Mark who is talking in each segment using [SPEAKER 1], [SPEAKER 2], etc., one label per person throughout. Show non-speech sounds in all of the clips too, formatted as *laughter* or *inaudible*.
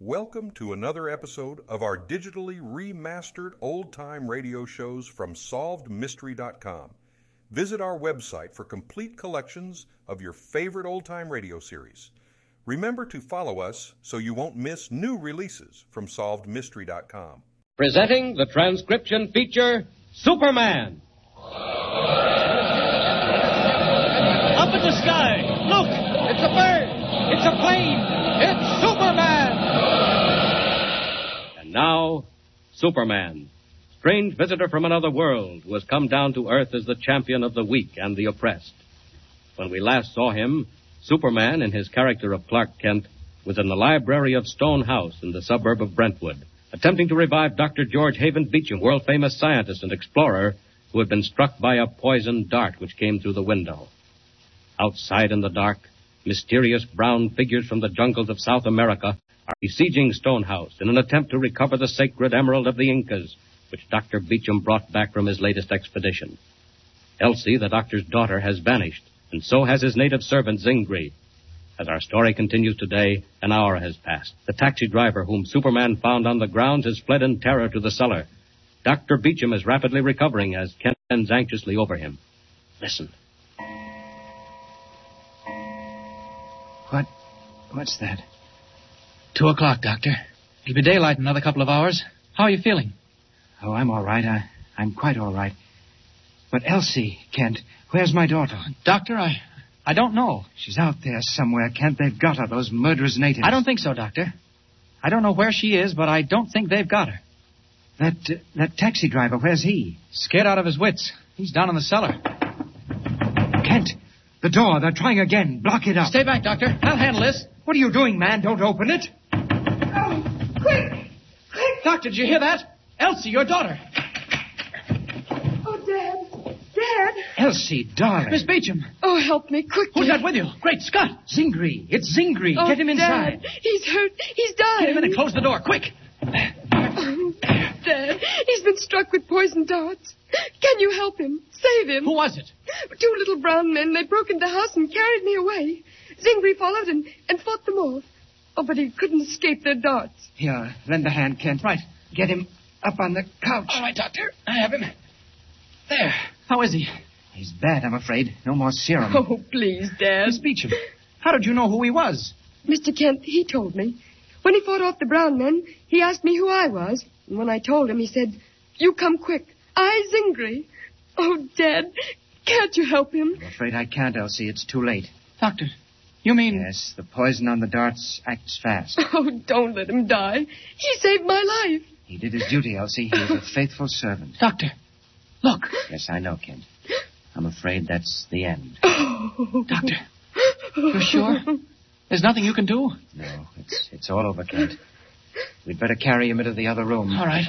[SPEAKER 1] Welcome to another episode of our digitally remastered old time radio shows from SolvedMystery.com. Visit our website for complete collections of your favorite old time radio series. Remember to follow us so you won't miss new releases from SolvedMystery.com.
[SPEAKER 2] Presenting the transcription feature Superman.
[SPEAKER 3] Up in the sky! Look! It's a bird! It's a plane! It's Superman!
[SPEAKER 2] And now, Superman. Strange visitor from another world who has come down to Earth as the champion of the weak and the oppressed. When we last saw him, Superman, in his character of Clark Kent, was in the library of Stone House in the suburb of Brentwood, attempting to revive Dr. George Haven Beecham, world famous scientist and explorer, who had been struck by a poisoned dart which came through the window. Outside in the dark, mysterious brown figures from the jungles of South America are besieging Stonehouse in an attempt to recover the sacred emerald of the Incas, which Dr. Beecham brought back from his latest expedition. Elsie, the doctor's daughter, has vanished, and so has his native servant, Zingri. As our story continues today, an hour has passed. The taxi driver whom Superman found on the grounds has fled in terror to the cellar. Dr. Beecham is rapidly recovering as Kent bends anxiously over him. Listen.
[SPEAKER 4] What? What's that? Two o'clock, Doctor. It'll be daylight in another couple of hours. How are you feeling? Oh, I'm all right. I, I'm quite all right. But Elsie, Kent, where's my daughter? Doctor, I, I don't know. She's out there somewhere, Kent. They've got her. Those murderous natives. I don't think so, Doctor. I don't know where she is, but I don't think they've got her. That uh, that taxi driver, where's he? Scared out of his wits. He's down in the cellar. Kent, the door. They're trying again. Block it up. Stay back, Doctor. I'll handle this. What are you doing, man? Don't open it.
[SPEAKER 5] Quick! Quick!
[SPEAKER 4] Doctor, did you hear that? Elsie, your daughter.
[SPEAKER 5] Oh, Dad! Dad!
[SPEAKER 4] Elsie, darling. Miss Beecham.
[SPEAKER 5] Oh, help me quickly.
[SPEAKER 4] Who's that with you? Great Scott. Zingri. It's Zingri.
[SPEAKER 5] Oh,
[SPEAKER 4] Get him inside.
[SPEAKER 5] Dad, he's hurt. He's dying.
[SPEAKER 4] Get him in and close the door, quick.
[SPEAKER 5] Dad, he's been struck with poison darts. Can you help him? Save him.
[SPEAKER 4] Who was it?
[SPEAKER 5] Two little brown men, they broke into the house and carried me away. Zingri followed and, and fought them off. Oh, but he couldn't escape their darts.
[SPEAKER 4] Here, lend a hand, Kent. Right. Get him up on the couch. All right, Doctor. I have him. There. How is he? He's bad, I'm afraid. No more serum.
[SPEAKER 5] Oh, please, Dad.
[SPEAKER 4] Miss Beecham, how did you know who he was?
[SPEAKER 5] Mr. Kent, he told me. When he fought off the brown men, he asked me who I was. And when I told him, he said, You come quick. I, Zingri. Oh, Dad, can't you help him?
[SPEAKER 4] I'm afraid I can't, Elsie. It's too late.
[SPEAKER 6] Doctor, you mean
[SPEAKER 4] Yes, the poison on the darts acts *laughs* fast.
[SPEAKER 5] Oh, don't let him die. He saved my life.
[SPEAKER 4] He did his duty, Elsie. He was a faithful servant.
[SPEAKER 6] Doctor? Look,
[SPEAKER 4] Yes, I know, Kent. I'm afraid that's the end.
[SPEAKER 5] Oh.
[SPEAKER 6] Doctor. You're sure? There's nothing you can do?
[SPEAKER 4] No, it's it's all over, Kent. We'd better carry him into the other room. Uh,
[SPEAKER 6] All right.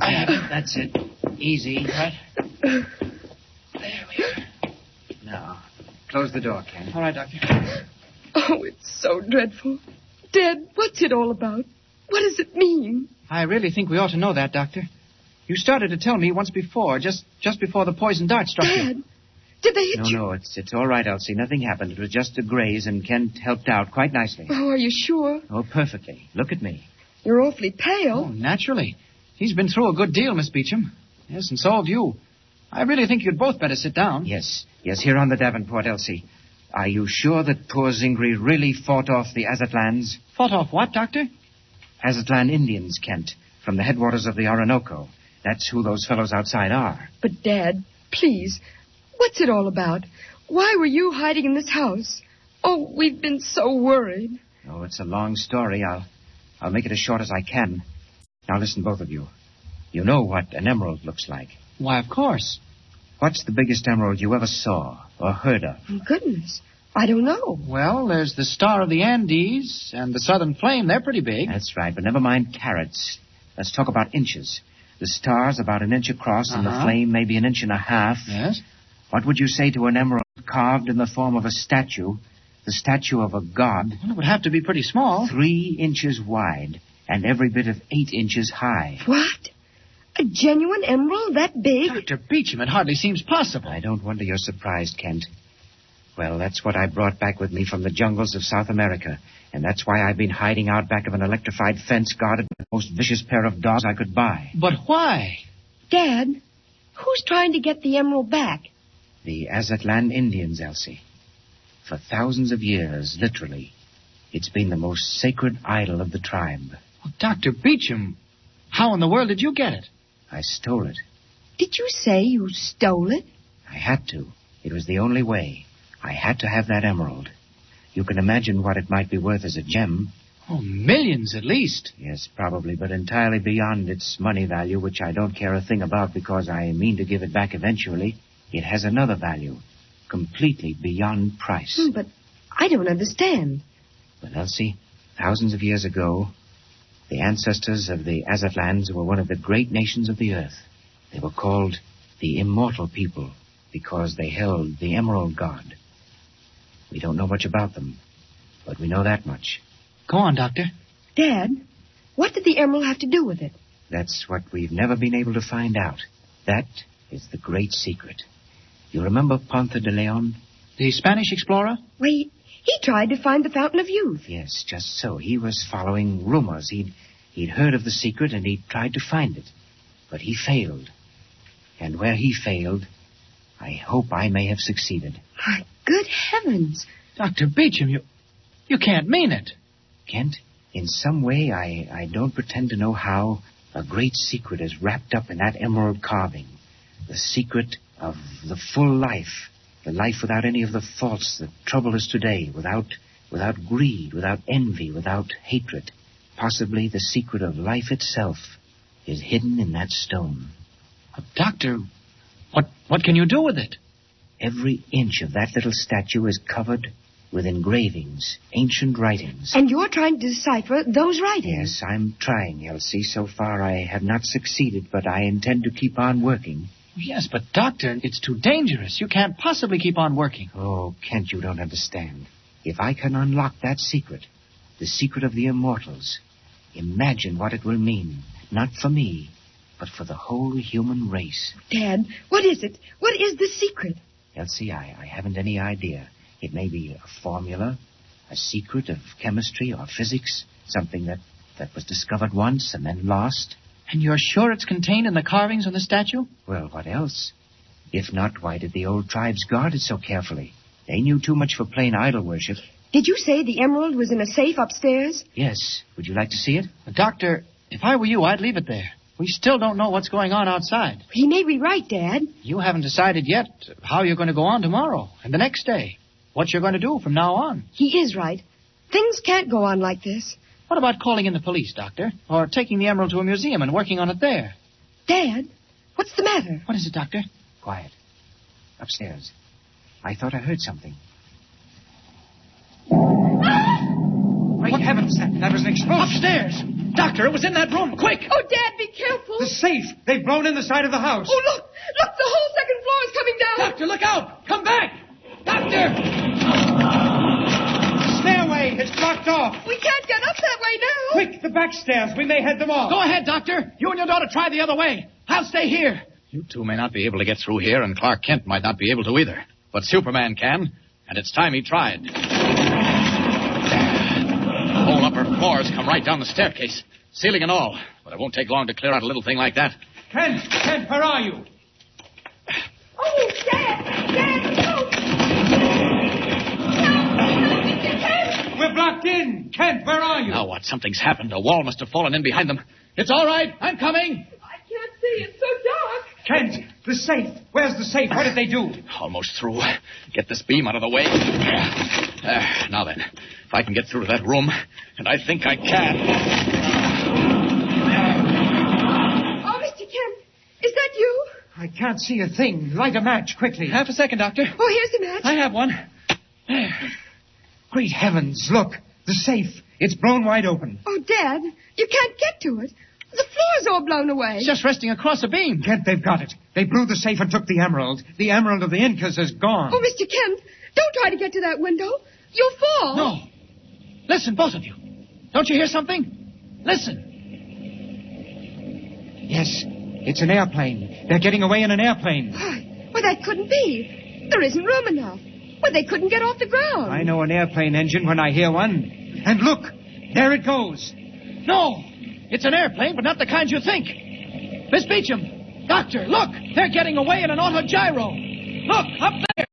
[SPEAKER 6] I have it.
[SPEAKER 4] That's it. Easy. Right. There we are. Now, close the door, Kent.
[SPEAKER 6] All right, Doctor.
[SPEAKER 5] *laughs* Oh, it's so dreadful. Dad, what's it all about? What does it mean?
[SPEAKER 4] I really think we ought to know that, Doctor. You started to tell me once before, just just before the poison dart struck
[SPEAKER 5] Dad, did they
[SPEAKER 4] *laughs*
[SPEAKER 5] hit
[SPEAKER 4] No,
[SPEAKER 5] you?
[SPEAKER 4] no, it's it's all right, Elsie. Nothing happened. It was just a graze, and Kent helped out quite nicely.
[SPEAKER 5] Oh, are you sure?
[SPEAKER 4] Oh, perfectly. Look at me.
[SPEAKER 5] You're awfully
[SPEAKER 6] Oh,
[SPEAKER 5] pale.
[SPEAKER 6] naturally.
[SPEAKER 4] He's been through a good deal, Miss Beecham.
[SPEAKER 6] Yes, and so have you. I really think you'd both better sit down.
[SPEAKER 4] Yes, yes, here on the Davenport, Elsie. Are you sure that poor Zingri really fought off the Azatlans?
[SPEAKER 6] Fought off what, Doctor?
[SPEAKER 4] Azatlan Indians, Kent, from the headwaters of the Orinoco. That's who those fellows outside are.
[SPEAKER 5] But, Dad, please, what's it all about? Why were you hiding in this house? Oh, we've been so worried.
[SPEAKER 4] Oh, it's a long story. I'll, I'll make it as short as I can. Now listen, both of you. You know what an emerald looks like.
[SPEAKER 6] Why, of course.
[SPEAKER 4] What's the biggest emerald you ever saw or heard of?
[SPEAKER 5] Oh, goodness, I don't know.
[SPEAKER 6] Well, there's the Star of the Andes and the Southern Flame. They're pretty big.
[SPEAKER 4] That's right, but never mind carrots. Let's talk about inches. The star's about an inch across, and the
[SPEAKER 6] Uh-huh.
[SPEAKER 4] flame maybe an inch and a half.
[SPEAKER 6] Yes.
[SPEAKER 4] What would you say to an emerald carved in the form of a statue, the statue of a god,
[SPEAKER 6] Well, it would have to be pretty small.
[SPEAKER 4] three inches wide and every bit of eight inches high.
[SPEAKER 5] What? A genuine emerald that big?
[SPEAKER 6] Dr. Beecham, it hardly seems possible.
[SPEAKER 4] I don't wonder you're surprised, Kent. Well, that's what I brought back with me from the jungles of South America, And that's why I've been hiding out back of an electrified fence guarded by the most vicious pair of dogs I could buy.
[SPEAKER 6] But why?
[SPEAKER 5] Dad, who's trying to get the emerald back?
[SPEAKER 4] The Azatlan Indians, Elsie. For thousands of years, literally, it's been the most sacred idol of the tribe.
[SPEAKER 6] Well, Dr. Beecham, how in the world did you get it?
[SPEAKER 4] I stole it.
[SPEAKER 5] Did you say you stole it?
[SPEAKER 4] I had to. It was the only way. I had to have that emerald. You can imagine what it might be worth as a gem.
[SPEAKER 6] Oh, millions at least.
[SPEAKER 4] Yes, probably, but entirely beyond its money value, which I don't care a thing about because I mean to give it back eventually. It has another value, completely beyond price.
[SPEAKER 5] Hmm, but I don't understand.
[SPEAKER 4] But Elsie, thousands of years ago, the ancestors of the Azatlans were one of the great nations of the earth. They were called the Immortal People because they held the Emerald God. We don't know much about them, but we know that much.
[SPEAKER 6] Go on, Doctor.
[SPEAKER 5] Dad, what did the emerald have to do with it?
[SPEAKER 4] That's what we've never been able to find out. That is the great secret. You remember Ponce de Leon?
[SPEAKER 6] The Spanish explorer?
[SPEAKER 5] Why, he, he tried to find the fountain of youth.
[SPEAKER 4] Yes, just so. He was following rumors. He'd, he'd heard of the secret and he tried to find it. But he failed. And where he failed, I hope I may have succeeded.
[SPEAKER 5] My good heavens.
[SPEAKER 6] Dr. Beecham, you. You can't mean it.
[SPEAKER 4] Kent, in some way, I, I don't pretend to know how, a great secret is wrapped up in that emerald carving. The secret of the full life. The life without any of the faults that trouble us today, without, without greed, without envy, without hatred. Possibly the secret of life itself is hidden in that stone.
[SPEAKER 6] But, Doctor, what, what can you do with it?
[SPEAKER 4] Every inch of that little statue is covered with engravings, ancient writings.
[SPEAKER 5] And you're trying to decipher those writings.
[SPEAKER 4] Yes, I'm trying, Elsie. So far, I have not succeeded, but I intend to keep on working.
[SPEAKER 6] Yes, but, Doctor, it's too dangerous. You can't possibly keep on working.
[SPEAKER 4] Oh, Kent, you don't understand. If I can unlock that secret, the secret of the immortals, imagine what it will mean, not for me, but for the whole human race.
[SPEAKER 5] Dad, what is it? What is the secret?
[SPEAKER 4] Elsie, I, I haven't any idea. It may be a formula, a secret of chemistry or physics, something that, that was discovered once and then lost.
[SPEAKER 6] And you're sure it's contained in the carvings on the statue?
[SPEAKER 4] Well, what else? If not, why did the old tribes guard it so carefully? They knew too much for plain idol worship.
[SPEAKER 5] Did you say the emerald was in a safe upstairs?
[SPEAKER 4] Yes. Would you like to see it?
[SPEAKER 6] Doctor, if I were you, I'd leave it there. We still don't know what's going on outside.
[SPEAKER 5] He may be right, Dad.
[SPEAKER 6] You haven't decided yet how you're going to go on tomorrow and the next day. What you're going to do from now on.
[SPEAKER 5] He is right. Things can't go on like this.
[SPEAKER 6] What about calling in the police, Doctor? Or taking the emerald to a museum and working on it there?
[SPEAKER 5] Dad, what's the matter?
[SPEAKER 6] What is it, Doctor?
[SPEAKER 4] Quiet. Upstairs. I thought I heard something.
[SPEAKER 6] Great heavens, that, that was an explosion. Upstairs! Doctor, it was in that room. Quick!
[SPEAKER 5] Oh, Dad, be careful.
[SPEAKER 7] The safe! They've blown in the side of the house.
[SPEAKER 5] Oh, look! Look, the whole second floor is coming down.
[SPEAKER 7] Doctor, look out! Come back! Doctor! The stairway is blocked off.
[SPEAKER 5] We can't get up that way now.
[SPEAKER 7] Quick, the back stairs. We may head them off.
[SPEAKER 6] Go ahead, Doctor. You and your daughter try the other way. I'll stay here.
[SPEAKER 8] You two may not be able to get through here, and Clark Kent might not be able to either. But Superman can, and it's time he tried. The whole upper floors come right down the staircase, ceiling and all. But it won't take long to clear out a little thing like that.
[SPEAKER 7] Kent, Kent, where are you?
[SPEAKER 5] Oh, Dad, Dad, no.
[SPEAKER 7] We're blocked in. Kent, where are you?
[SPEAKER 8] Now what? Something's happened. A wall must have fallen in behind them. It's all right. I'm coming.
[SPEAKER 5] I can't see. It's so dark.
[SPEAKER 7] Kent, the safe. Where's the safe? What did they do?
[SPEAKER 8] Almost through. Get this beam out of the way. There. Now then, if I can get through to that room, and I think I can.
[SPEAKER 5] Oh, Mr. Kemp, is that you?
[SPEAKER 7] I can't see a thing. Light a match quickly.
[SPEAKER 6] Half a second, Doctor.
[SPEAKER 5] Oh, here's the match.
[SPEAKER 6] I have one.
[SPEAKER 7] Great heavens, look. The safe. It's blown wide open.
[SPEAKER 5] Oh, Dad, you can't get to it. The floor's all blown away.
[SPEAKER 6] It's just resting across a beam.
[SPEAKER 7] Kent, they've got it. They blew the safe and took the emerald. The emerald of the Incas is gone.
[SPEAKER 5] Oh, Mr. Kemp, don't try to get to that window. You'll fall.
[SPEAKER 6] No. Listen, both of you. Don't you hear something? Listen.
[SPEAKER 7] Yes, it's an airplane. They're getting away in an airplane.
[SPEAKER 5] Why, well, that couldn't be. There isn't room enough. Well, they couldn't get off the ground.
[SPEAKER 7] I know an airplane engine when I hear one. And look, there it goes.
[SPEAKER 6] No! It's an airplane, but not the kind you think. Miss Beecham! Doctor, look! They're getting away in an auto gyro. Look, up there!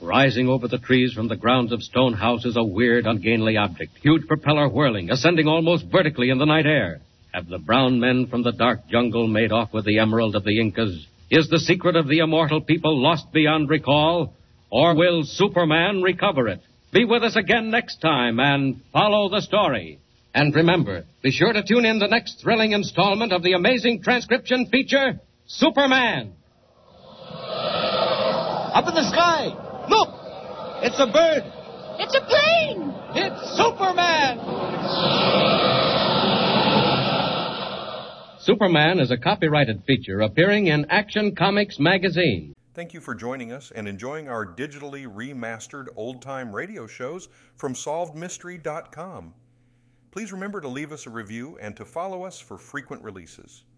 [SPEAKER 2] Rising over the trees from the grounds of Stone House is a weird, ungainly object. Huge propeller whirling, ascending almost vertically in the night air. Have the brown men from the dark jungle made off with the emerald of the Incas? Is the secret of the immortal people lost beyond recall? Or will Superman recover it? Be with us again next time and follow the story. And remember, be sure to tune in the next thrilling installment of the amazing transcription feature, Superman.
[SPEAKER 3] Up in the sky! Look! It's a bird! It's a plane! It's Superman!
[SPEAKER 2] Superman is a copyrighted feature appearing in Action Comics magazine.
[SPEAKER 1] Thank you for joining us and enjoying our digitally remastered old time radio shows from SolvedMystery.com. Please remember to leave us a review and to follow us for frequent releases.